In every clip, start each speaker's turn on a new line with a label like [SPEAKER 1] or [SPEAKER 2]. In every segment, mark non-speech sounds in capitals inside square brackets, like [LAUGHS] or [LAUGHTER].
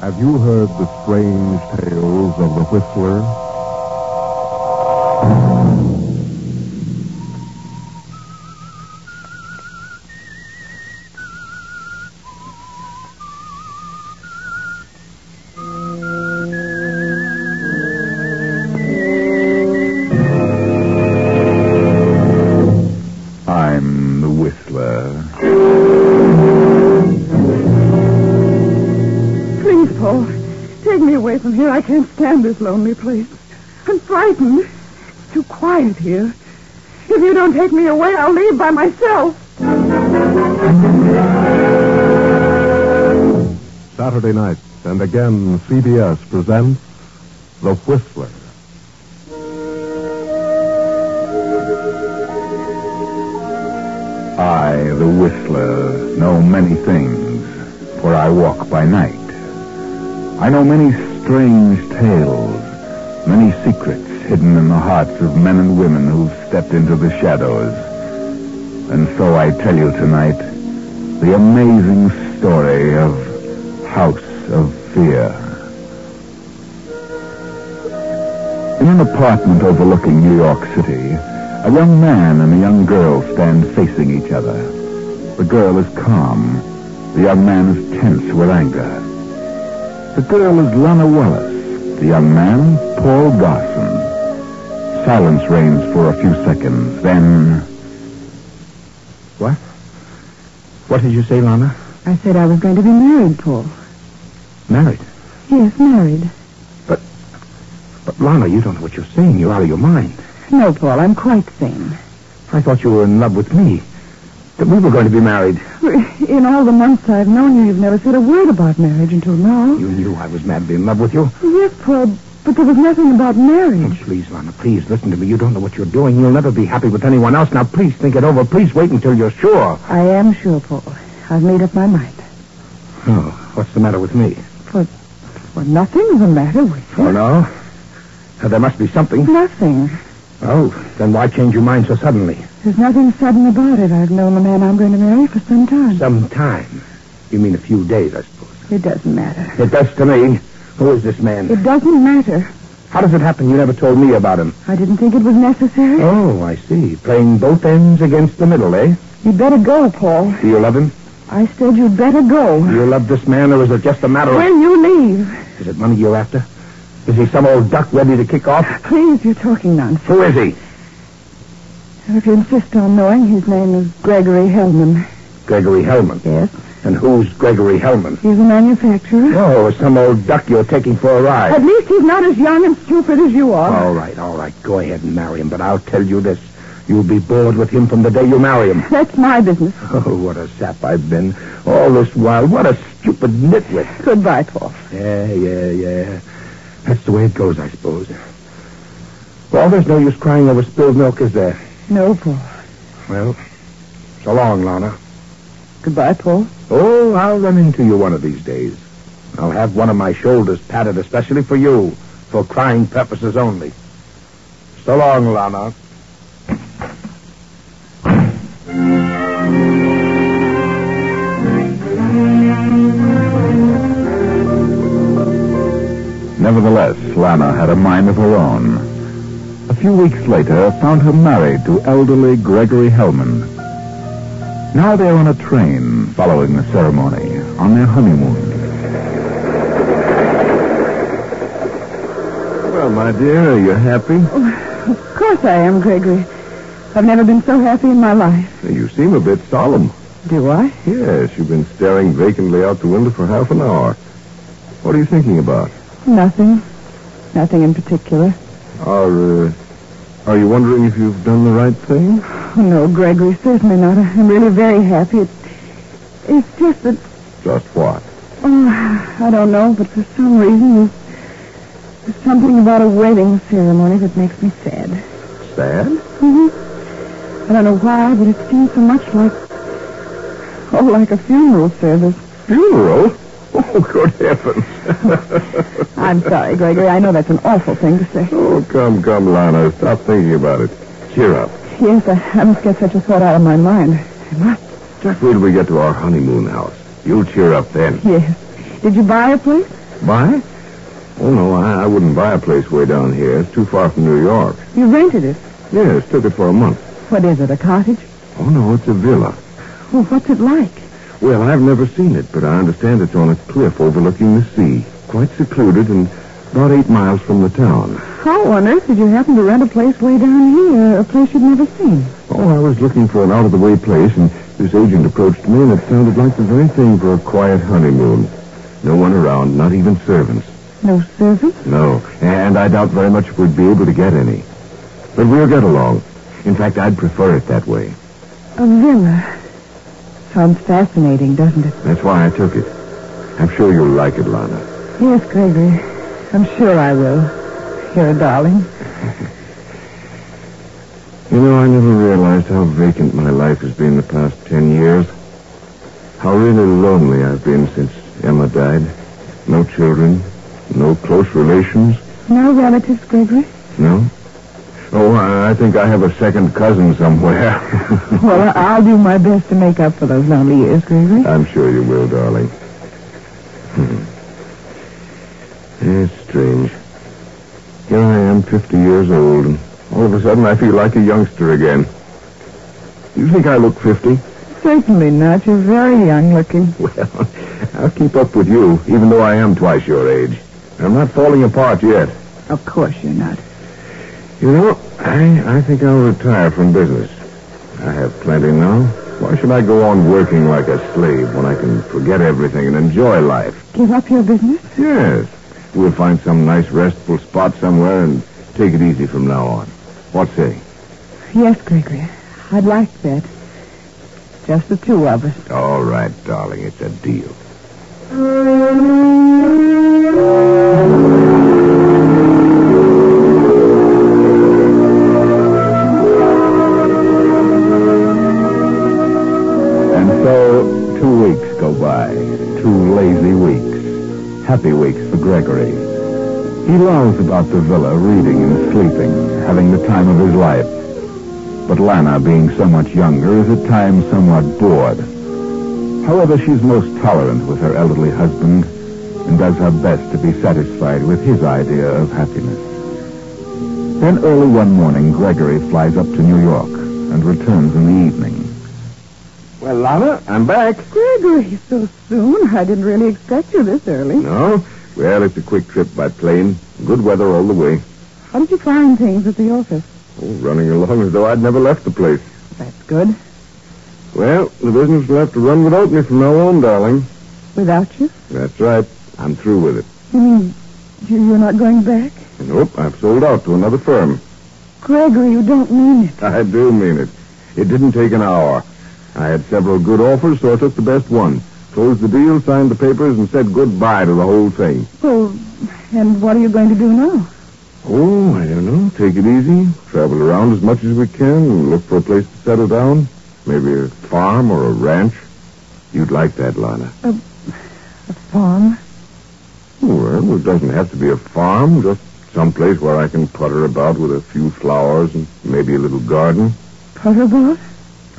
[SPEAKER 1] Have you heard the strange tales of the Whistler? I'm the Whistler.
[SPEAKER 2] Please, Paul, take me away from here. I can't stand this lonely place. I'm frightened. It's too quiet here. If you don't take me away, I'll leave by myself.
[SPEAKER 1] Saturday night, and again, CBS presents The Whistler. I, the Whistler, know many things, for I walk by night. I know many strange tales, many secrets hidden in the hearts of men and women who've stepped into the shadows. And so I tell you tonight the amazing story of House of Fear. In an apartment overlooking New York City, a young man and a young girl stand facing each other. The girl is calm. The young man is tense with anger. The girl is Lana Wallace. The young man, Paul Garson. Silence reigns for a few seconds. Then. What? What did you say, Lana?
[SPEAKER 2] I said I was going to be married, Paul.
[SPEAKER 1] Married.
[SPEAKER 2] Yes, married.
[SPEAKER 1] But, Lana, you don't know what you're saying. You're out of your mind.
[SPEAKER 2] No, Paul, I'm quite sane.
[SPEAKER 1] I thought you were in love with me. That we were going to be married.
[SPEAKER 2] In all the months I've known you, you've never said a word about marriage until now.
[SPEAKER 1] You knew I was madly in love with you.
[SPEAKER 2] Yes, Paul, but there was nothing about
[SPEAKER 1] Oh,
[SPEAKER 2] marriage.
[SPEAKER 1] please, Lana, please listen to me. You don't know what you're doing. You'll never be happy with anyone else. Now, please think it over. Please wait until you're sure.
[SPEAKER 2] I am sure, Paul. I've made up my mind.
[SPEAKER 1] Oh, what's the matter with me?
[SPEAKER 2] Well, nothing's the matter with you.
[SPEAKER 1] Oh, no? Uh, there must be something.
[SPEAKER 2] Nothing.
[SPEAKER 1] Oh, then why change your mind so suddenly?
[SPEAKER 2] There's nothing sudden about it. I've known the man I'm going to marry for some time.
[SPEAKER 1] Some time. You mean a few days, I suppose.
[SPEAKER 2] It doesn't matter.
[SPEAKER 1] It does to me. Who is this man?
[SPEAKER 2] It doesn't matter.
[SPEAKER 1] How does it happen you never told me about him?
[SPEAKER 2] I didn't think it was necessary.
[SPEAKER 1] Oh, I see. Playing both ends against the middle, eh?
[SPEAKER 2] You'd better go, Paul.
[SPEAKER 1] Do you love him?
[SPEAKER 2] I said you'd better go.
[SPEAKER 1] Do you love this man, or is it just a matter of...
[SPEAKER 2] Will you leave?
[SPEAKER 1] Is it money you're after? Is he some old duck ready to kick off?
[SPEAKER 2] Please, you're talking nonsense.
[SPEAKER 1] Who is he?
[SPEAKER 2] If you insist on knowing, his name is Gregory Hellman.
[SPEAKER 1] Gregory Hellman.
[SPEAKER 2] Yes?
[SPEAKER 1] And who's Gregory Hellman?
[SPEAKER 2] He's a manufacturer.
[SPEAKER 1] Oh, some old duck you're taking for a
[SPEAKER 2] At
[SPEAKER 1] ride.
[SPEAKER 2] least he's not as young and stupid as you are.
[SPEAKER 1] All right, all right. Go ahead and marry him, but I'll tell you this. You'll be bored with him from the day you marry him. [LAUGHS]
[SPEAKER 2] That's my business.
[SPEAKER 1] Oh, what a sap I've been. All this while, what a stupid nitwit.
[SPEAKER 2] Goodbye, Paul.
[SPEAKER 1] Yeah, yeah, yeah. That's the way it goes, I suppose. Well, there's no use crying over spilled milk, is there?
[SPEAKER 2] No, Paul.
[SPEAKER 1] Well, so long, Lana.
[SPEAKER 2] Goodbye, Paul.
[SPEAKER 1] Oh, I'll run into you one of these days. I'll have one of my shoulders padded especially for you, for crying purposes only. So long, Lana. Nevertheless, Lana had a mind of her own. A few weeks later, found her married to elderly Gregory Hellman. Now they're on a train following the ceremony on their honeymoon. Well, my dear, are you happy?
[SPEAKER 2] Oh. Of course I am, Gregory. I've never been so happy in my life.
[SPEAKER 1] You seem a bit solemn.
[SPEAKER 2] Do I?
[SPEAKER 1] Yes, you've been staring vacantly out the window for half an hour. What are you thinking about?
[SPEAKER 2] Nothing. Nothing in particular.
[SPEAKER 1] Are, uh, are you wondering if you've done the right thing?
[SPEAKER 2] Oh, no, Gregory, certainly not. I'm really very happy. It, it's just that,
[SPEAKER 1] Just what?
[SPEAKER 2] oh, I don't know, but for some reason there's, there's something about a wedding ceremony that makes me sad.
[SPEAKER 1] Sad?
[SPEAKER 2] hmm I don't know why, but it seems so much like, oh, like a funeral service.
[SPEAKER 1] Funeral? [LAUGHS] Oh, good [LAUGHS] heavens.
[SPEAKER 2] I'm sorry, Gregory. I know that's an awful thing to say.
[SPEAKER 1] oh, come, come, Lana. Stop thinking about it. Cheer up.
[SPEAKER 2] Yes, I, I must get such a thought out of my mind. I must.
[SPEAKER 1] Just wait till we get to our honeymoon house. You'll cheer up then.
[SPEAKER 2] Yes. Did you buy a place?
[SPEAKER 1] Buy? Oh, no, I, I wouldn't buy a place way down here. It's too far from New York.
[SPEAKER 2] You rented it.
[SPEAKER 1] Yes, took it for a month.
[SPEAKER 2] What is it, a cottage?
[SPEAKER 1] Oh, no, it's a villa.
[SPEAKER 2] Well, what's it like?
[SPEAKER 1] Well, I've never seen it, but I understand it's on a cliff overlooking the sea. Quite secluded and about eight miles from the town.
[SPEAKER 2] How on earth did you happen to rent a place way down here, a place you'd never seen?
[SPEAKER 1] Oh, I was looking for an out-of-the-way place, and this agent approached me, and it sounded like the very thing for a quiet honeymoon. No one around, not even servants.
[SPEAKER 2] No servants?
[SPEAKER 1] No, and I doubt very much if we'd be able to get any. But we'll get along. In fact, I'd prefer it that way.
[SPEAKER 2] A villa. Sounds fascinating, doesn't it?
[SPEAKER 1] That's why I took it. I'm sure you'll like it, Lana.
[SPEAKER 2] Yes, Gregory. I'm sure I will. You're a darling.
[SPEAKER 1] You know, I never realized how vacant my life has been the past ten years. How really lonely I've been since Emma died. No children, no close relations,
[SPEAKER 2] No relatives, Gregory?
[SPEAKER 1] no. Oh, I I think I have a second cousin somewhere. [LAUGHS]
[SPEAKER 2] Well, I'll do my best to make up for those lonely years, Gregory.
[SPEAKER 1] I'm sure you will, darling. Hmm. It's strange. Here I am, 50 years old, and all of a sudden I feel like a youngster again. Do you think I look 50?
[SPEAKER 2] Certainly not. You're very young looking.
[SPEAKER 1] [LAUGHS] Well, I'll keep up with you, even though I am twice your age. I'm not falling apart yet.
[SPEAKER 2] Of course you're not.
[SPEAKER 1] You know, I, I think I'll retire from business. I have plenty now. Why should I go on working like a slave when I can forget everything and enjoy life?
[SPEAKER 2] Give up your business?
[SPEAKER 1] Yes. We'll find some nice, restful spot somewhere and take it easy from now on. What say?
[SPEAKER 2] Yes, Gregory. I'd like that. Just the two of us.
[SPEAKER 1] All right, darling. It's a deal. And so, two weeks go by. Two lazy weeks. Happy weeks for Gregory. He loves about the villa, reading and sleeping, having the time of his life. But Lana, being so much younger, is at times somewhat bored. However, she's most tolerant with her elderly husband and does her best to be satisfied with his idea of happiness. Then early one morning, Gregory flies up to New York and returns in the evening. Well, Lana, I'm back.
[SPEAKER 2] Gregory, so soon. I didn't really expect you this early.
[SPEAKER 1] No? Well, it's a quick trip by plane. Good weather all the way.
[SPEAKER 2] How did you find things at the office?
[SPEAKER 1] Oh, running along as though I'd never left the place.
[SPEAKER 2] That's good.
[SPEAKER 1] Well, the business will have to run without me from now on, darling.
[SPEAKER 2] Without you?
[SPEAKER 1] That's right. I'm through with it.
[SPEAKER 2] You mean you- you're not going back?
[SPEAKER 1] Nope, I've sold out to another firm. [LAUGHS]
[SPEAKER 2] Gregory, you don't mean it.
[SPEAKER 1] I do mean it. It didn't take an hour. I had several good offers, so I took the best one. Closed the deal, signed the papers, and said goodbye to the whole thing.
[SPEAKER 2] Well, and what are you going to do now?
[SPEAKER 1] Oh, I don't know. Take it easy. Travel around as much as we can and look for a place to settle down. Maybe a farm or a ranch. You'd like that, Lana.
[SPEAKER 2] A farm?
[SPEAKER 1] Well, it doesn't have to be a farm, just some place where I can putter about with a few flowers and maybe a little garden.
[SPEAKER 2] Potterboard?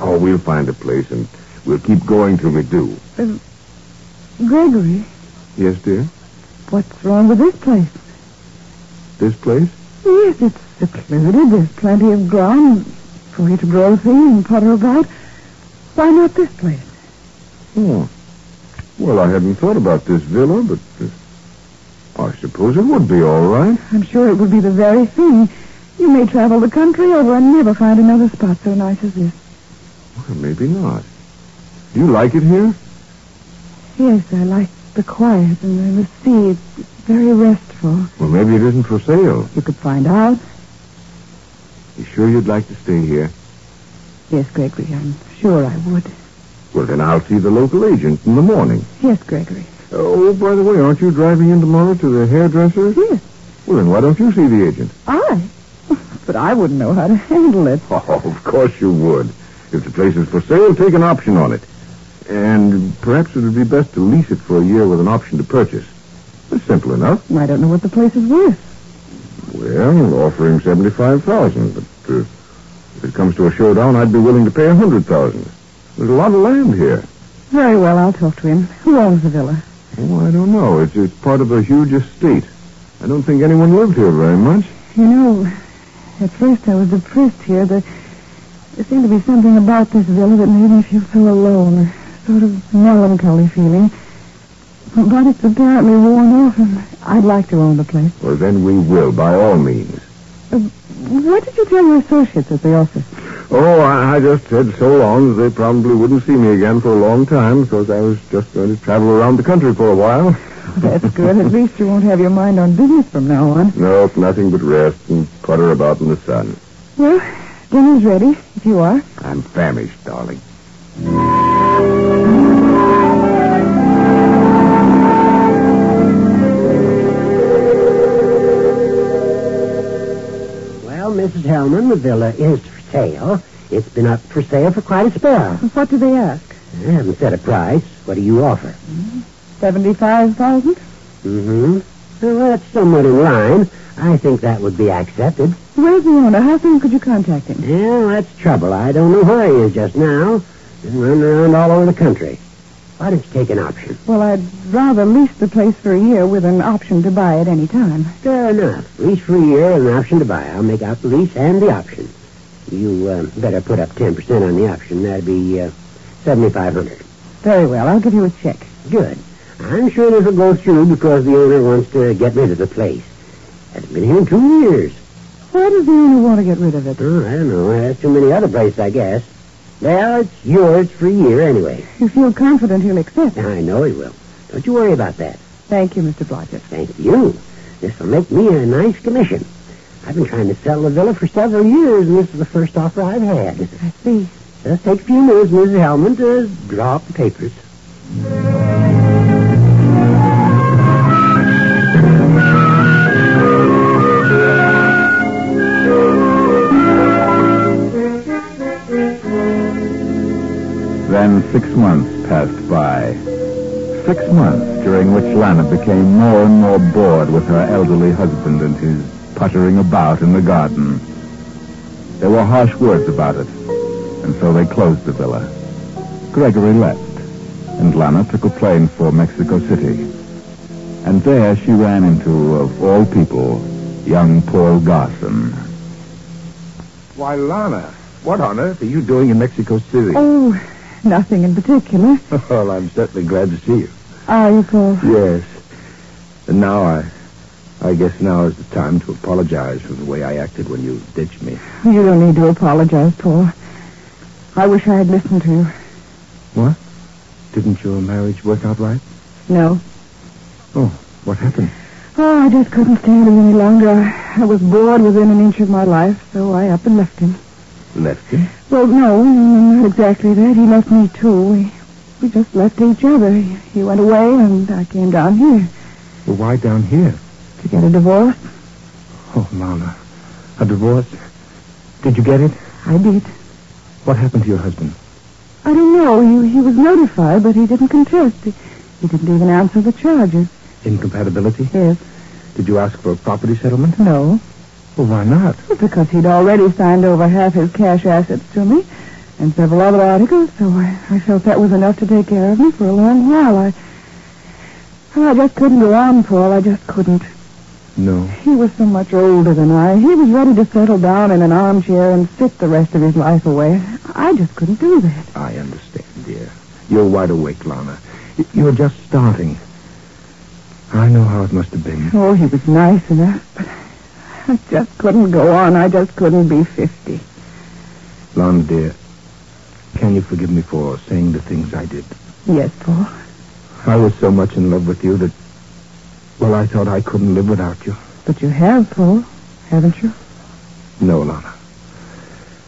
[SPEAKER 1] Oh, we'll find a place and we'll keep going till we do.
[SPEAKER 2] Gregory,
[SPEAKER 1] Yes, dear?
[SPEAKER 2] what's wrong with this place?
[SPEAKER 1] This place?
[SPEAKER 2] Yes, it's secluded. There's plenty of ground for you to grow things and potter about. Why not this place?
[SPEAKER 1] Oh. Well, I hadn't thought about this villa, but uh, I suppose it would be all right.
[SPEAKER 2] I'm sure it would be the very thing. You may travel the country over and never find another spot so nice as this.
[SPEAKER 1] Well, maybe not. Do you like it here?
[SPEAKER 2] Yes, I like the quiet and the sea. It's very restful.
[SPEAKER 1] Well, maybe it isn't for sale.
[SPEAKER 2] You could find out.
[SPEAKER 1] You sure you'd like to stay here?
[SPEAKER 2] Yes, Gregory, I'm sure I would.
[SPEAKER 1] Well, then I'll see the local agent in the morning.
[SPEAKER 2] Yes, Gregory.
[SPEAKER 1] Oh, by the way, aren't you driving in tomorrow to the hairdresser's?
[SPEAKER 2] Yes,
[SPEAKER 1] Well, then why don't you see the agent? [LAUGHS]
[SPEAKER 2] I. [LAUGHS] But I wouldn't know how to handle it.
[SPEAKER 1] Oh, of course you would. If the place is for sale, take an option on it. And perhaps it would be best to lease it for a year with an option to purchase. It's simple enough.
[SPEAKER 2] I don't know what the place is worth.
[SPEAKER 1] Well, offering seventy-five thousand, but uh, if it comes to a showdown, I'd be willing to pay a hundred thousand. There's a lot of land here.
[SPEAKER 2] Very well, I'll talk to him. Who owns the villa?
[SPEAKER 1] Oh, I don't know. It's, it's part of a huge estate. I don't think anyone lived here very much.
[SPEAKER 2] You know, at first I was depressed here. There, there seemed to be something about this villa that made me feel so alone, a sort of melancholy feeling. But it's apparently worn off, and I'd like to own the place.
[SPEAKER 1] Well, then we will, by all means.
[SPEAKER 2] What did you tell your associates at the office?
[SPEAKER 1] Oh, I, I just said so long that they probably wouldn't see me again for a long time because I was just going to travel around the country for a while.
[SPEAKER 2] [LAUGHS] That's good.
[SPEAKER 1] [LAUGHS]
[SPEAKER 2] At least you won't have your mind on business from now on.
[SPEAKER 1] No, it's nothing but rest and putter about in the sun.
[SPEAKER 2] Well, dinner's ready, if you are.
[SPEAKER 1] I'm famished, darling.
[SPEAKER 3] Well, Mrs. Hellman, the villa is for sale. It's been up for sale for quite a spell.
[SPEAKER 2] What do they ask?
[SPEAKER 3] I haven't set a price. What do you offer?
[SPEAKER 2] 75000
[SPEAKER 3] Mm-hmm. Well, that's somewhat in line. I think that would be accepted.
[SPEAKER 2] Where's the owner? How soon could you contact him?
[SPEAKER 3] Well, that's trouble. I don't know where he is just now. He's running around all over the country. Why don't you take an option?
[SPEAKER 2] Well, I'd rather lease the place for a year with an option to buy at any time.
[SPEAKER 3] Fair enough. Lease for a year and an option to buy. I'll make out the lease and the option. You uh, better put up 10% on the option. That'd be uh, 7500
[SPEAKER 2] Very well. I'll give you a check.
[SPEAKER 3] Good. I'm sure this will go through because the owner wants to get rid of the place. Hasn't been here in two years.
[SPEAKER 2] Why does the owner want to get rid of it?
[SPEAKER 3] Oh, I don't know. It has too many other places, I guess. Well, it's yours for a year anyway.
[SPEAKER 2] You feel confident he'll accept it.
[SPEAKER 3] I know he will. Don't you worry about that.
[SPEAKER 2] Thank you, Mr. Blodgett.
[SPEAKER 3] Thank you. This will make me a nice commission. I've been trying to sell the villa for several years, and this is the first offer I've had.
[SPEAKER 2] I see.
[SPEAKER 3] Just take a few minutes, Mrs. Hellman, to draw up the papers.
[SPEAKER 1] Then six months passed by. Six months during which Lana became more and more bored with her elderly husband and his puttering about in the garden. There were harsh words about it, and so they closed the villa. Gregory left, and Lana took a plane for Mexico City. And there she ran into, of all people, young Paul Garson.
[SPEAKER 4] Why, Lana, what on earth are you doing in Mexico City?
[SPEAKER 2] Oh, nothing in particular.
[SPEAKER 4] [LAUGHS] Well, I'm certainly glad to see you.
[SPEAKER 2] Ah, you call.
[SPEAKER 4] Yes. And now I. I guess now is the time to apologize for the way I acted when you ditched me.
[SPEAKER 2] You don't need to apologize, Paul. I wish I had listened to you.
[SPEAKER 4] Didn't your marriage work out right?
[SPEAKER 2] No.
[SPEAKER 4] What happened?
[SPEAKER 2] Oh, I just couldn't stand him any longer. I was bored within an inch of my life, so I up and left him.
[SPEAKER 4] Left him?
[SPEAKER 2] Well, no, not exactly that. He left me, too. We, we just left each other. He, he went away, and I came down here
[SPEAKER 4] Well, why down here?
[SPEAKER 2] to get a divorce.
[SPEAKER 4] Oh, Lana. A divorce? Did you get it?
[SPEAKER 2] I did.
[SPEAKER 4] What happened to your husband?
[SPEAKER 2] I don't know. He, he was notified, but he didn't contest. He, he didn't even answer the charges.
[SPEAKER 4] Incompatibility?
[SPEAKER 2] Yes.
[SPEAKER 4] Did you ask for a property settlement?
[SPEAKER 2] No.
[SPEAKER 4] Well, why not?
[SPEAKER 2] Because he'd already signed over half his cash assets to me and several other articles, so I, I felt that was enough to take care of me for a long while. I, well, I just couldn't go on, Paul. I just couldn't.
[SPEAKER 4] [LAUGHS] No.
[SPEAKER 2] He was so much older than I. He was ready to settle down in an armchair and sit the rest of his life away. I just couldn't do that.
[SPEAKER 4] I understand, dear. You're wide awake, Lana. Y- You're just starting. I know how it must have been.
[SPEAKER 2] Oh, he was nice enough, but I just couldn't go on. I just couldn't be 50.
[SPEAKER 4] Lana, dear, can you forgive me for saying the things I did?
[SPEAKER 2] Yes, Paul.
[SPEAKER 4] I was so much in love with you that, well, I thought I couldn't live without you.
[SPEAKER 2] But you have, Paul, haven't you?
[SPEAKER 4] No, Lana.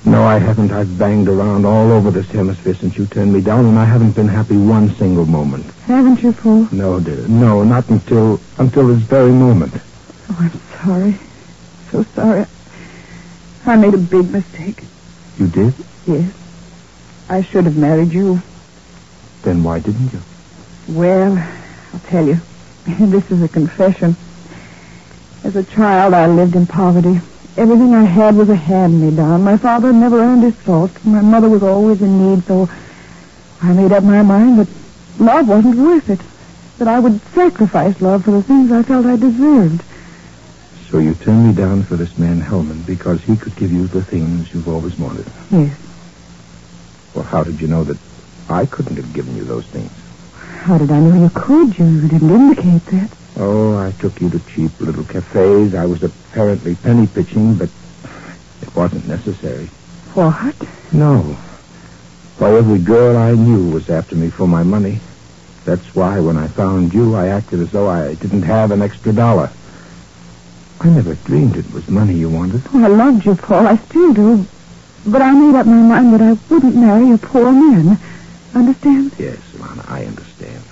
[SPEAKER 4] No, I haven't. I've banged around all over this hemisphere since you turned me down, and I haven't been happy one single moment.
[SPEAKER 2] Haven't you, Paul?
[SPEAKER 4] No, dear. No, not until until this very moment.
[SPEAKER 2] Oh, I'm sorry. So sorry. I made a big mistake.
[SPEAKER 4] You did?
[SPEAKER 2] Yes. I should have married you.
[SPEAKER 4] Then why didn't you?
[SPEAKER 2] Well, I'll tell you. [LAUGHS] This is a confession. As a child, I lived in poverty. Everything I had was a hand-me-down. My father never earned his salt. My mother was always in need, so I made up my mind that love wasn't worth it. that I would sacrifice love for the things I felt I deserved.
[SPEAKER 1] So you turned me down for this man Hellman because he could give you the things you've always wanted.
[SPEAKER 2] Yes.
[SPEAKER 1] Well, how did you know that I couldn't have given you those things?
[SPEAKER 2] How did I know you could? You didn't indicate that.
[SPEAKER 1] Oh, I took you to cheap little cafes. I was apparently penny pitching, but it wasn't necessary.
[SPEAKER 2] What?
[SPEAKER 1] No. Why, every girl I knew was after me for my money. That's why when I found you, I acted as though I didn't have an extra dollar. I never dreamed it was money you wanted.
[SPEAKER 2] Oh, I loved you, Paul. I still do. But I made up my mind that I wouldn't marry a poor man. Understand?
[SPEAKER 1] Yes, Lana, I understand.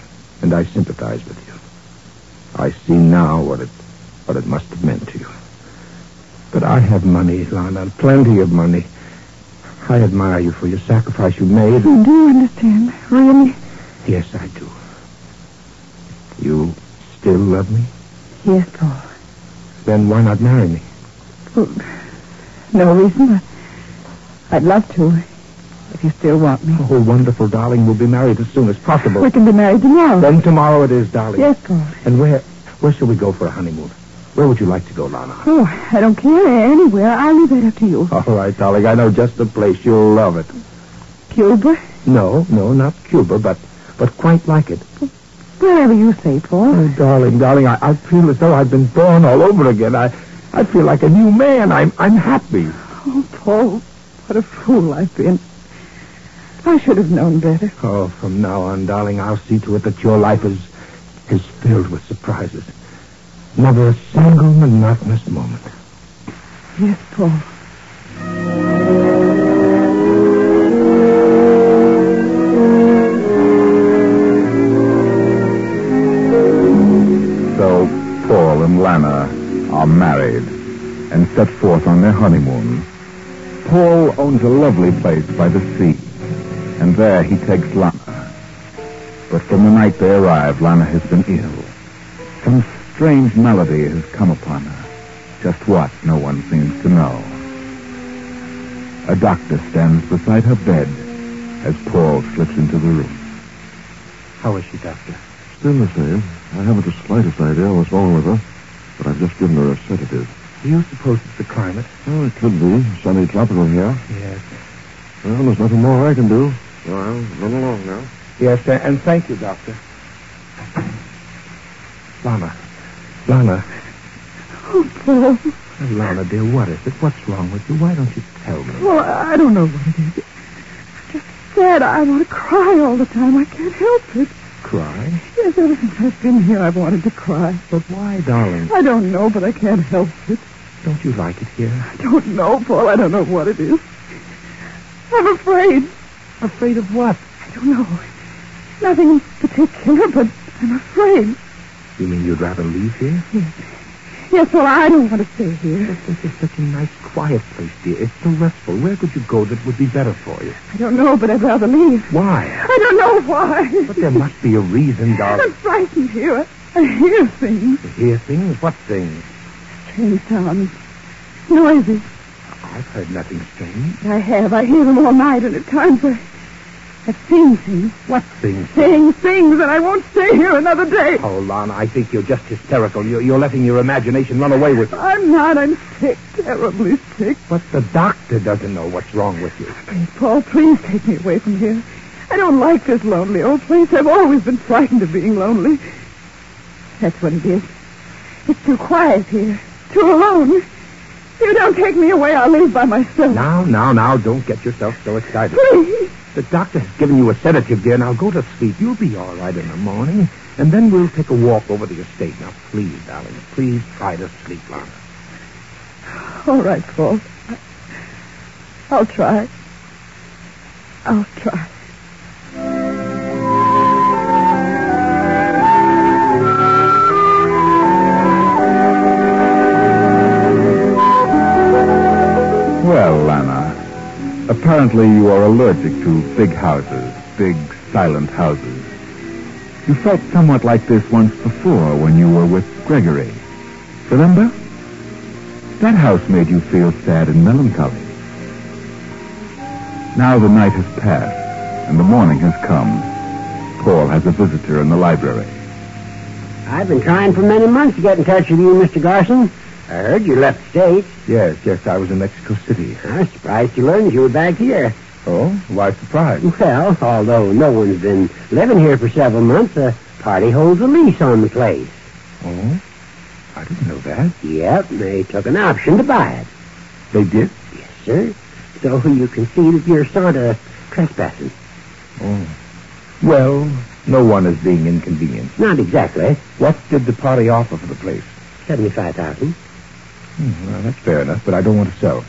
[SPEAKER 1] And I sympathize with you. I see now what it what it must have meant to you. But I have money, Lana, plenty of money. I admire you for your sacrifice you made.
[SPEAKER 2] You do understand, really?
[SPEAKER 1] Yes, I do. You still love me?
[SPEAKER 2] Yes, Paul.
[SPEAKER 1] Then why not marry me?
[SPEAKER 2] For no reason. I- I'd love to, if you still want me.
[SPEAKER 1] Oh, wonderful, darling. We'll be married as soon as possible.
[SPEAKER 2] We can be married tomorrow.
[SPEAKER 1] Then tomorrow it is, darling.
[SPEAKER 2] Yes, Paul.
[SPEAKER 1] And where where shall we go for a honeymoon? Where would you like to go, Lana?
[SPEAKER 2] Oh, I don't care. Anywhere. I'll leave that up to you.
[SPEAKER 1] All right, darling. I know just the place. You'll love it.
[SPEAKER 2] Cuba?
[SPEAKER 1] No, no, not Cuba, but but quite like it.
[SPEAKER 2] Wherever you say, Paul.
[SPEAKER 1] Oh, darling, darling, I, I feel as though I've been born all over again. I I feel like a new man. I'm I'm happy.
[SPEAKER 2] Oh, Paul, what a fool I've been. I should have known better.
[SPEAKER 1] Oh, from now on, darling, I'll see to it that your life is is filled with surprises. Never a single monotonous moment.
[SPEAKER 2] Yes, Paul.
[SPEAKER 5] So Paul and Lana are married and set forth on their honeymoon. Paul owns a lovely place by the sea, and there he takes Lana. But from the night they arrive, Lana has been ill. Some strange malady has come upon her. Just what, no one seems to know. A doctor stands beside her bed as Paul slips into the room.
[SPEAKER 1] How is she, Doctor?
[SPEAKER 6] Still the same. I haven't the slightest idea what's wrong with her, but I've just given her a sedative.
[SPEAKER 1] Do you suppose it's the climate?
[SPEAKER 6] Oh, it could be. Sunny tropical here.
[SPEAKER 1] Yes.
[SPEAKER 6] Well, there's nothing more I can do. So I'll run along now.
[SPEAKER 1] Yes, a- and thank you, Doctor. Lana. Lana.
[SPEAKER 2] Oh, Paul.
[SPEAKER 1] Lana, dear, what is it? What's wrong with you? Why don't you tell me?
[SPEAKER 2] Well, I don't know what it is. I'm just sad. I want to cry all the time. I can't help it.
[SPEAKER 1] Cry?
[SPEAKER 2] Yes, ever since I've been here, I've wanted to cry.
[SPEAKER 1] But why, darling?
[SPEAKER 2] I don't know, but I can't help it.
[SPEAKER 1] Don't you like it here?
[SPEAKER 2] I don't know, Paul. I don't know what it is. I'm afraid.
[SPEAKER 1] Afraid of what?
[SPEAKER 2] I don't know. Nothing in particular, but I'm afraid.
[SPEAKER 1] You mean you'd rather leave here?
[SPEAKER 2] Yes, well, I don't want to stay here.
[SPEAKER 1] This is such a nice, quiet place, dear. It's so restful. Where could you go that would be better for you?
[SPEAKER 2] I don't know, but I'd rather leave.
[SPEAKER 1] Why?
[SPEAKER 2] I don't know why.
[SPEAKER 1] But there must be a reason,
[SPEAKER 2] [LAUGHS] I'm
[SPEAKER 1] darling.
[SPEAKER 2] frightened here. I hear things.
[SPEAKER 1] To hear things? What things?
[SPEAKER 2] Strange sounds. Noises.
[SPEAKER 1] I've heard nothing strange.
[SPEAKER 2] I have. I hear them all night, and at times I, I've seen things.
[SPEAKER 1] What things?
[SPEAKER 2] Saying things, and I won't stay here another day.
[SPEAKER 1] Oh, Lana, I think you're just hysterical. You're, you're letting your imagination run away with you.
[SPEAKER 2] I'm not. I'm sick. Terribly sick.
[SPEAKER 1] But the doctor doesn't know what's wrong with you.
[SPEAKER 2] Please, Paul, please take me away from here. I don't like this lonely old place. I've always been frightened of being lonely. That's what it is. It's too quiet here. Too alone. If you don't take me away, I'll leave by myself.
[SPEAKER 1] Now, now, now, don't get yourself so excited.
[SPEAKER 2] Please.
[SPEAKER 1] The doctor has given you a sedative, dear. Now go to sleep. You'll be all right in the morning. And then we'll take a walk over the estate. Now, please, darling, please try to sleep, Lana.
[SPEAKER 2] All right, Paul. I'll try. I'll try.
[SPEAKER 5] Well, Lana, apparently you are allergic to big houses, big silent houses. You felt somewhat like this once before when you were with Gregory. Remember? That house made you feel sad and melancholy. Now the night has passed and the morning has come. Paul has a visitor in the library.
[SPEAKER 3] I've been trying for many months to get in touch with you, Mr. Garson. I heard you left the States.
[SPEAKER 1] Yes, yes, I was in Mexico City.
[SPEAKER 3] I was surprised to learn that you were back here.
[SPEAKER 1] Oh, why surprise?
[SPEAKER 3] Well, although no one's been living here for several months, the party holds a lease on the place.
[SPEAKER 1] Oh, I didn't know that.
[SPEAKER 3] Yep, they took an option to buy it.
[SPEAKER 1] They did?
[SPEAKER 3] Yes, sir. So you can see that you're sort of trespassing.
[SPEAKER 1] Oh. Well, no one is being inconvenienced.
[SPEAKER 3] Not exactly.
[SPEAKER 1] What did the party offer for the place?
[SPEAKER 3] 75000
[SPEAKER 1] Hmm, well, that's fair enough, but I don't want to sell.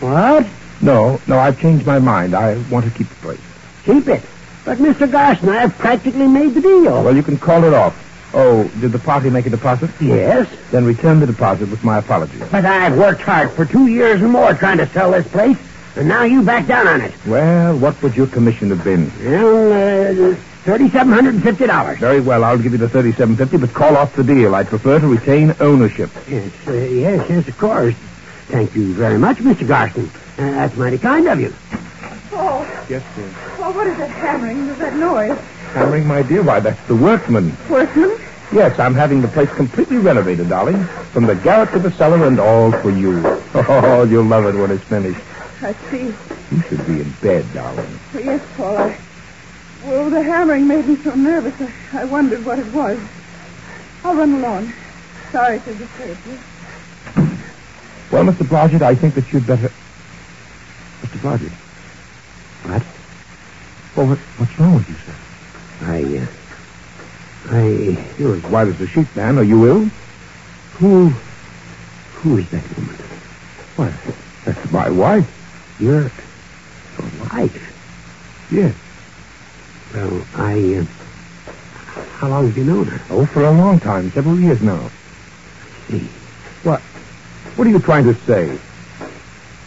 [SPEAKER 3] What?
[SPEAKER 1] No, no, I've changed my mind. I want to keep the place.
[SPEAKER 3] Keep it. But, Mr. Garson, I have practically made the deal.
[SPEAKER 1] Well, you can call it off. Oh, did the party make a deposit?
[SPEAKER 3] Yes,
[SPEAKER 1] Then return the deposit with my apology.
[SPEAKER 3] but I've worked hard for two years or more trying to sell this place, and now you back down on it.
[SPEAKER 1] Well, what would your commission have been?
[SPEAKER 3] Well, uh, $3,750.
[SPEAKER 1] Very well, I'll give you the thirty-seven fifty, but call off the deal. I prefer to retain ownership.
[SPEAKER 3] Yes, uh, yes, yes, of course. Thank you very much, Mr. Garson. Uh, that's mighty kind of you.
[SPEAKER 2] Paul,
[SPEAKER 1] Yes, sir.
[SPEAKER 2] Paul, what is that hammering? Is that noise?
[SPEAKER 1] Hammering, my dear, why that's the workman.
[SPEAKER 2] Workman?
[SPEAKER 1] Yes, I'm having the place completely renovated, darling, from the garret to the cellar, and all for you. [LAUGHS] Oh, you'll love it when it's finished.
[SPEAKER 2] I see.
[SPEAKER 1] You should be in bed, darling.
[SPEAKER 2] Oh, yes, Paul. I... Well, the hammering made me so nervous. I, I wondered what it was. I'll run along. Sorry to disturb you.
[SPEAKER 1] Well, Mr. Blodgett, I think that you'd better. Mr. Blodgett.
[SPEAKER 3] What?
[SPEAKER 1] Well, what, what's wrong with you, sir?
[SPEAKER 3] I, uh, I,
[SPEAKER 1] You're as white as a sheet, man. Are you ill?
[SPEAKER 3] who, who is that woman?
[SPEAKER 1] Why, that's my wife.
[SPEAKER 3] Your, your wife.
[SPEAKER 1] Yes.
[SPEAKER 3] Well, I, uh, how long have you known her?
[SPEAKER 1] Oh, for a long time, several years now.
[SPEAKER 3] See,
[SPEAKER 1] What? What are you trying to say?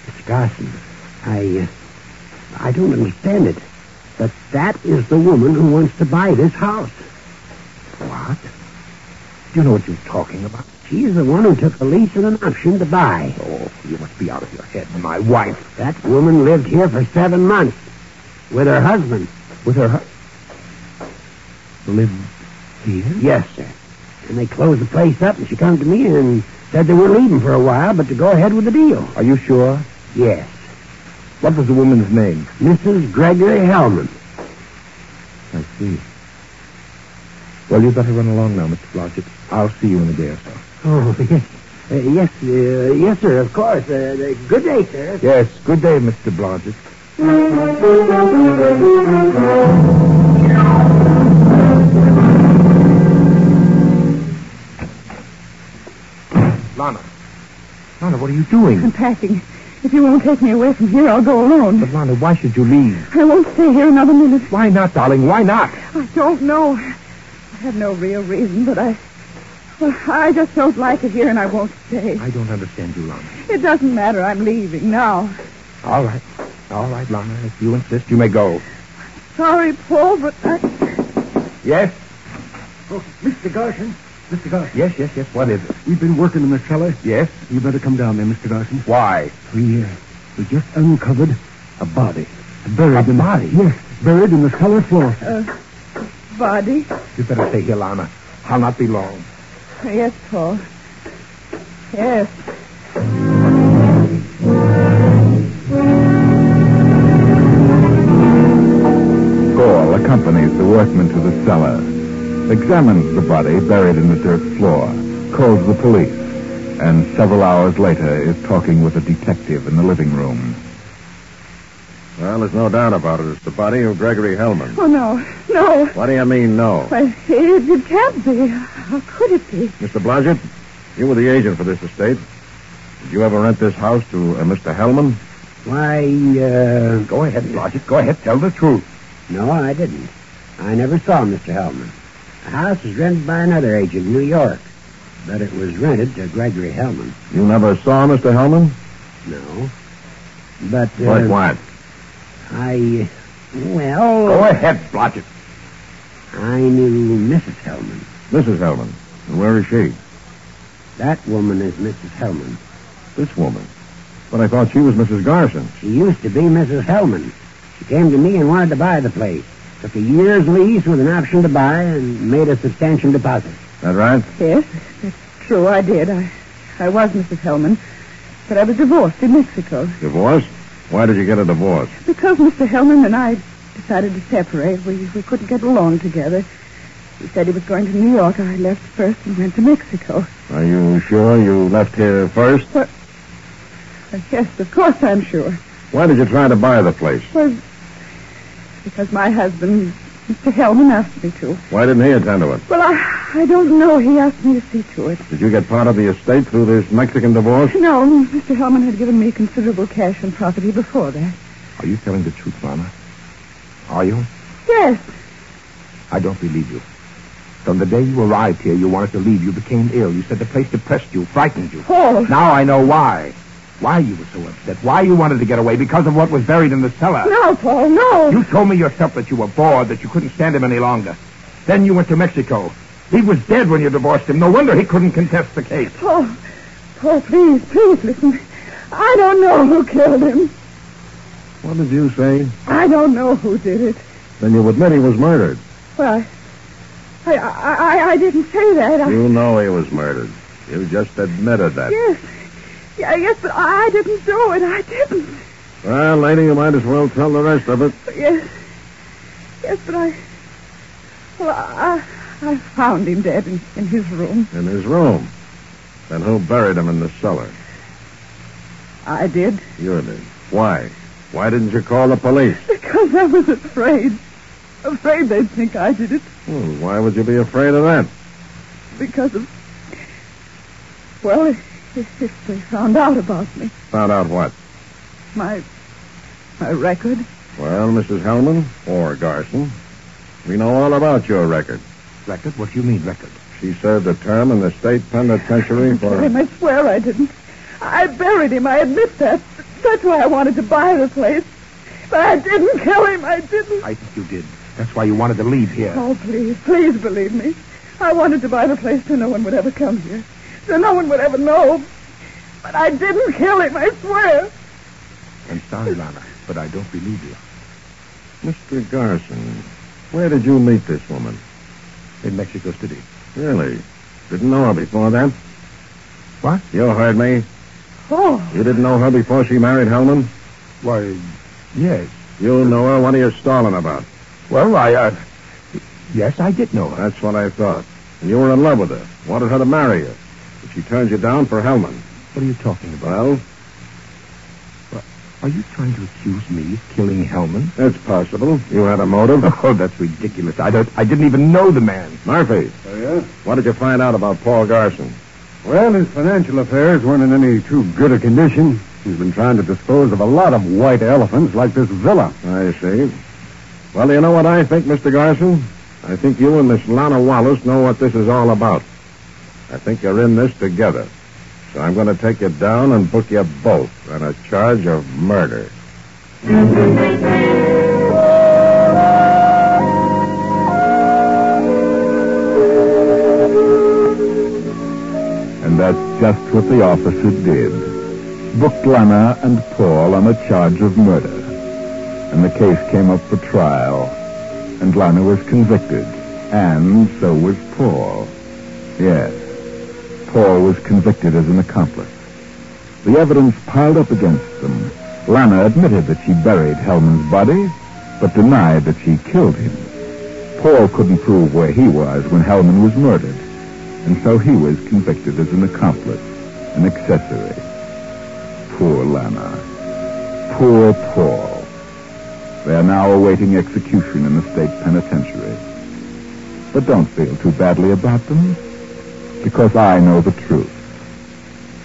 [SPEAKER 3] Mr. Garson, I, uh, I don't understand it. But that is the woman who wants to buy this house.
[SPEAKER 1] What? Do you know what you're talking about?
[SPEAKER 3] She's the one who took a lease and an option to buy.
[SPEAKER 1] Oh, you must be out of your head. My wife,
[SPEAKER 3] That woman lived here for seven months with her husband.
[SPEAKER 1] with her husband, lived here.
[SPEAKER 3] Yes, sir. And they closed the place up, and she come to me and said they were leaving for a while, but to go ahead with the deal.
[SPEAKER 1] Are you sure?
[SPEAKER 3] Yes,
[SPEAKER 1] What was the woman's name?
[SPEAKER 3] Mrs. Gregory Hellman.
[SPEAKER 1] I see. Well, you'd better run along now, Mr. Blodgett. I'll see you in a day or so.
[SPEAKER 7] [LAUGHS]
[SPEAKER 3] Oh yes, uh, yes, uh, yes, sir. Of course. Uh, uh, good day, sir.
[SPEAKER 1] Yes. Good day, Mr. Blodgett. Lana. Lana, what are you doing?
[SPEAKER 2] I'm packing. If you won't take me away from here, I'll go alone.
[SPEAKER 1] But Lana, why should you leave?
[SPEAKER 2] I won't stay here another minute.
[SPEAKER 1] Why not, darling? Why not?
[SPEAKER 2] I don't know. I have no real reason, but I. Well, I just don't like it here, and I won't stay.
[SPEAKER 1] I don't understand you, Lana.
[SPEAKER 2] It doesn't matter. I'm leaving now.
[SPEAKER 1] All right. All right, Lana. If you insist, you may go.
[SPEAKER 2] Sorry, Paul, but I.
[SPEAKER 1] Yes?
[SPEAKER 7] Oh, Mr. Garson. Mr. Garson.
[SPEAKER 1] Yes, yes, yes. What is it?
[SPEAKER 7] We've been working in the cellar.
[SPEAKER 1] Yes?
[SPEAKER 7] You better come down there, Mr. Garson.
[SPEAKER 1] Why?
[SPEAKER 7] We, uh, we just uncovered a body. Buried
[SPEAKER 1] A
[SPEAKER 7] in
[SPEAKER 1] body?
[SPEAKER 7] Yes, buried in the cellar floor.
[SPEAKER 2] Uh, body?
[SPEAKER 1] You better stay here, Lana. I'll not be long.
[SPEAKER 2] Yes, Paul. Yes.
[SPEAKER 8] Gaul accompanies the workman to the cellar, examines the body buried in the dirt floor, calls the police, and several hours later is talking with a detective in the living room.
[SPEAKER 7] Well, there's no doubt about it. It's the body of Gregory Hellman.
[SPEAKER 2] Oh, no. No.
[SPEAKER 7] What do you mean, no?
[SPEAKER 2] Why, It, it can't be. How could it be?
[SPEAKER 7] Mr. Blodgett, you were the agent for this estate. Did you ever rent this house to uh, Mr. Hellman?
[SPEAKER 3] Why, uh,
[SPEAKER 1] Go ahead, Blodgett. Go ahead. Tell the truth.
[SPEAKER 3] no, I didn't. I never saw Mr. Hellman. The house was rented by another agent in New York, but it was rented to Gregory Hellman.
[SPEAKER 7] You never saw Mr. Hellman?
[SPEAKER 3] No, but uh,
[SPEAKER 7] Like what?
[SPEAKER 3] I, well,
[SPEAKER 1] Go ahead, Blodgett.
[SPEAKER 3] I knew Mrs. Hellman.
[SPEAKER 7] Mrs. Hellman. And Where is she?
[SPEAKER 3] That woman is Mrs. Hellman.
[SPEAKER 7] This woman. But I thought she was Mrs. Garson.
[SPEAKER 3] She used to be Mrs. Hellman. She came to me and wanted to buy the place. Took a year's lease with an option to buy and made a substantial deposit.
[SPEAKER 4] That right?
[SPEAKER 2] Yes, [LAUGHS] that's true. I did. I, I was Mrs. Hellman, but I was divorced in Mexico
[SPEAKER 4] Divorce? Why did you get a divorce?
[SPEAKER 2] because Mr. Hellman and I decided to separate. We we couldn't get along together. He said he was going to New York. I left first and went to Mexico.
[SPEAKER 4] Are you sure you left here first?
[SPEAKER 2] Uh, yes, of course I'm sure.
[SPEAKER 4] Why did you try to buy the place?
[SPEAKER 2] Well, because my husband, Mr. Hellman, asked me to.
[SPEAKER 4] Why didn't he attend to it?
[SPEAKER 2] Well, I I don't know. He asked me to see to it.
[SPEAKER 4] Did you get part of the estate through this Mexican divorce?
[SPEAKER 2] No, Mr. Hellman had given me considerable cash and property before that.
[SPEAKER 4] Are you telling the truth, Lana? Are you?
[SPEAKER 2] Yes,
[SPEAKER 4] I don't believe you. From the day you arrived here, you wanted to leave. You became ill. You said the place depressed you, frightened you.
[SPEAKER 2] Paul.
[SPEAKER 4] Now I know why. Why you were so upset. Why you wanted to get away because of what was buried in the cellar.
[SPEAKER 2] No, Paul, no.
[SPEAKER 4] You told me yourself that you were bored, that you couldn't stand him any longer. Then you went to Mexico. He was dead when you divorced him. No wonder he couldn't contest the case.
[SPEAKER 2] Paul, Paul, please, please listen. I don't know who killed him.
[SPEAKER 4] What did you say?
[SPEAKER 2] I don't know who did it.
[SPEAKER 4] Then you admit he was murdered.
[SPEAKER 2] Well, I, I, I, I didn't say that. I,
[SPEAKER 4] You know he was murdered. You just admitted that.
[SPEAKER 2] yes, yeah, yes, but I didn't do it. I didn't.
[SPEAKER 4] Well, lady, you might as well tell the rest of it.
[SPEAKER 2] Yes, yes, but I, well, I, I found him dead in, in his room.
[SPEAKER 4] In his room. Then who buried him in the cellar?
[SPEAKER 2] I did
[SPEAKER 4] You did. Why? Why didn't you call the police?
[SPEAKER 2] because I was afraid, afraid they'd think I did it.
[SPEAKER 4] Well, Hmm, why would you be afraid of that?
[SPEAKER 2] because of. Well, if, if, if they found out about me,
[SPEAKER 4] Found out what?
[SPEAKER 2] my my record.
[SPEAKER 4] Well, Mrs. Hellman or Garson, we know all about your record. Record? What do you mean, record? She served a term in the state penitentiary for.
[SPEAKER 2] Him, I swear I didn't. I buried him. I admit that. That's why I wanted to buy the place. But I didn't kill him. I didn't.
[SPEAKER 4] I think you did. That's why you wanted to leave here.
[SPEAKER 2] Oh, please, please believe me. I wanted to buy the place so no one would ever come here, so no one would ever know. But I didn't kill him. I swear.
[SPEAKER 4] I'm sorry, Lana, but I don't believe you. Mr. Garson, where did you meet this woman? In Mexico City. Really? Didn't know her before that? What? You heard me.
[SPEAKER 2] Oh,
[SPEAKER 4] You didn't know her before she married Hellman? Why, yes. You know her? What are you stalling about? Well, I, uh... Yes, I did know her. That's what I thought. And you were in love with her. Wanted her to marry you. But she turns you down for Hellman. What are you talking about? Well... Are you trying to accuse me of killing Hellman? That's possible. You had a motive. [LAUGHS] Oh, that's ridiculous. I don't. I didn't even know the man. Murphy.
[SPEAKER 1] Oh, yeah?
[SPEAKER 4] What did you find out about Paul Garson?
[SPEAKER 1] Well, his financial affairs weren't in any too good a condition. He's been trying to dispose of a lot of white elephants like this villa.
[SPEAKER 4] I see. Well, you know what I think, Mr. Garson? I think you and Miss Lana Wallace know what this is all about. I think you're in this together. So I'm going to take you down and book you both on a charge of murder.
[SPEAKER 1] And that's just what the officer did. Booked Lana and Paul on a charge of murder. And the case came up for trial. And Lana was convicted. And so was Paul. Yes. Paul was convicted as an accomplice. The evidence piled up against them. Lana admitted that she buried Hellman's body, but denied that she killed him. Paul couldn't prove where he was when Hellman was murdered and so he was convicted as an accomplice, an accessory. Poor Lana. Poor Paul. They are now awaiting execution in the state penitentiary. But don't feel too badly about them, because I know the truth.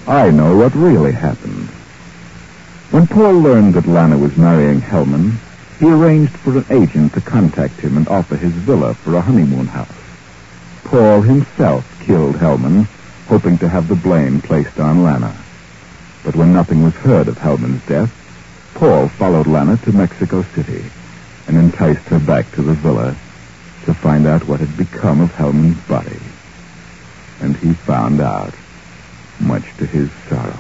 [SPEAKER 1] I know what really happened. When Paul learned that Lana was marrying Hellman, he arranged for an agent to contact him and offer his villa for a honeymoon house. Paul himself killed Hellman, hoping to have the blame placed on Lana. But when nothing was heard of Hellman's death, Paul followed Lana to Mexico City and enticed her back to the villa to find out what had become of Hellman's body. And he found out, much to his sorrow.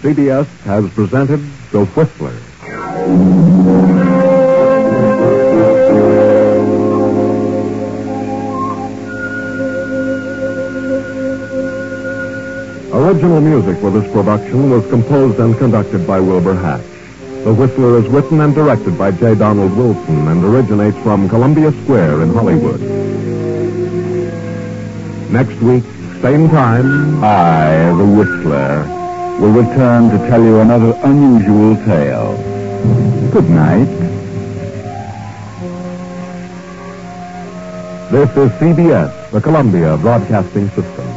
[SPEAKER 1] CBS has presented The Whistler. Original music for this production was composed and conducted by Wilbur Hatch. The Whistler is written and directed by J. Donald Wilson and originates from Columbia Square in Hollywood. Next week, same time.
[SPEAKER 9] I, the Whistler, will return to tell you another unusual tale. Good night.
[SPEAKER 1] This is CBS, the Columbia Broadcasting System.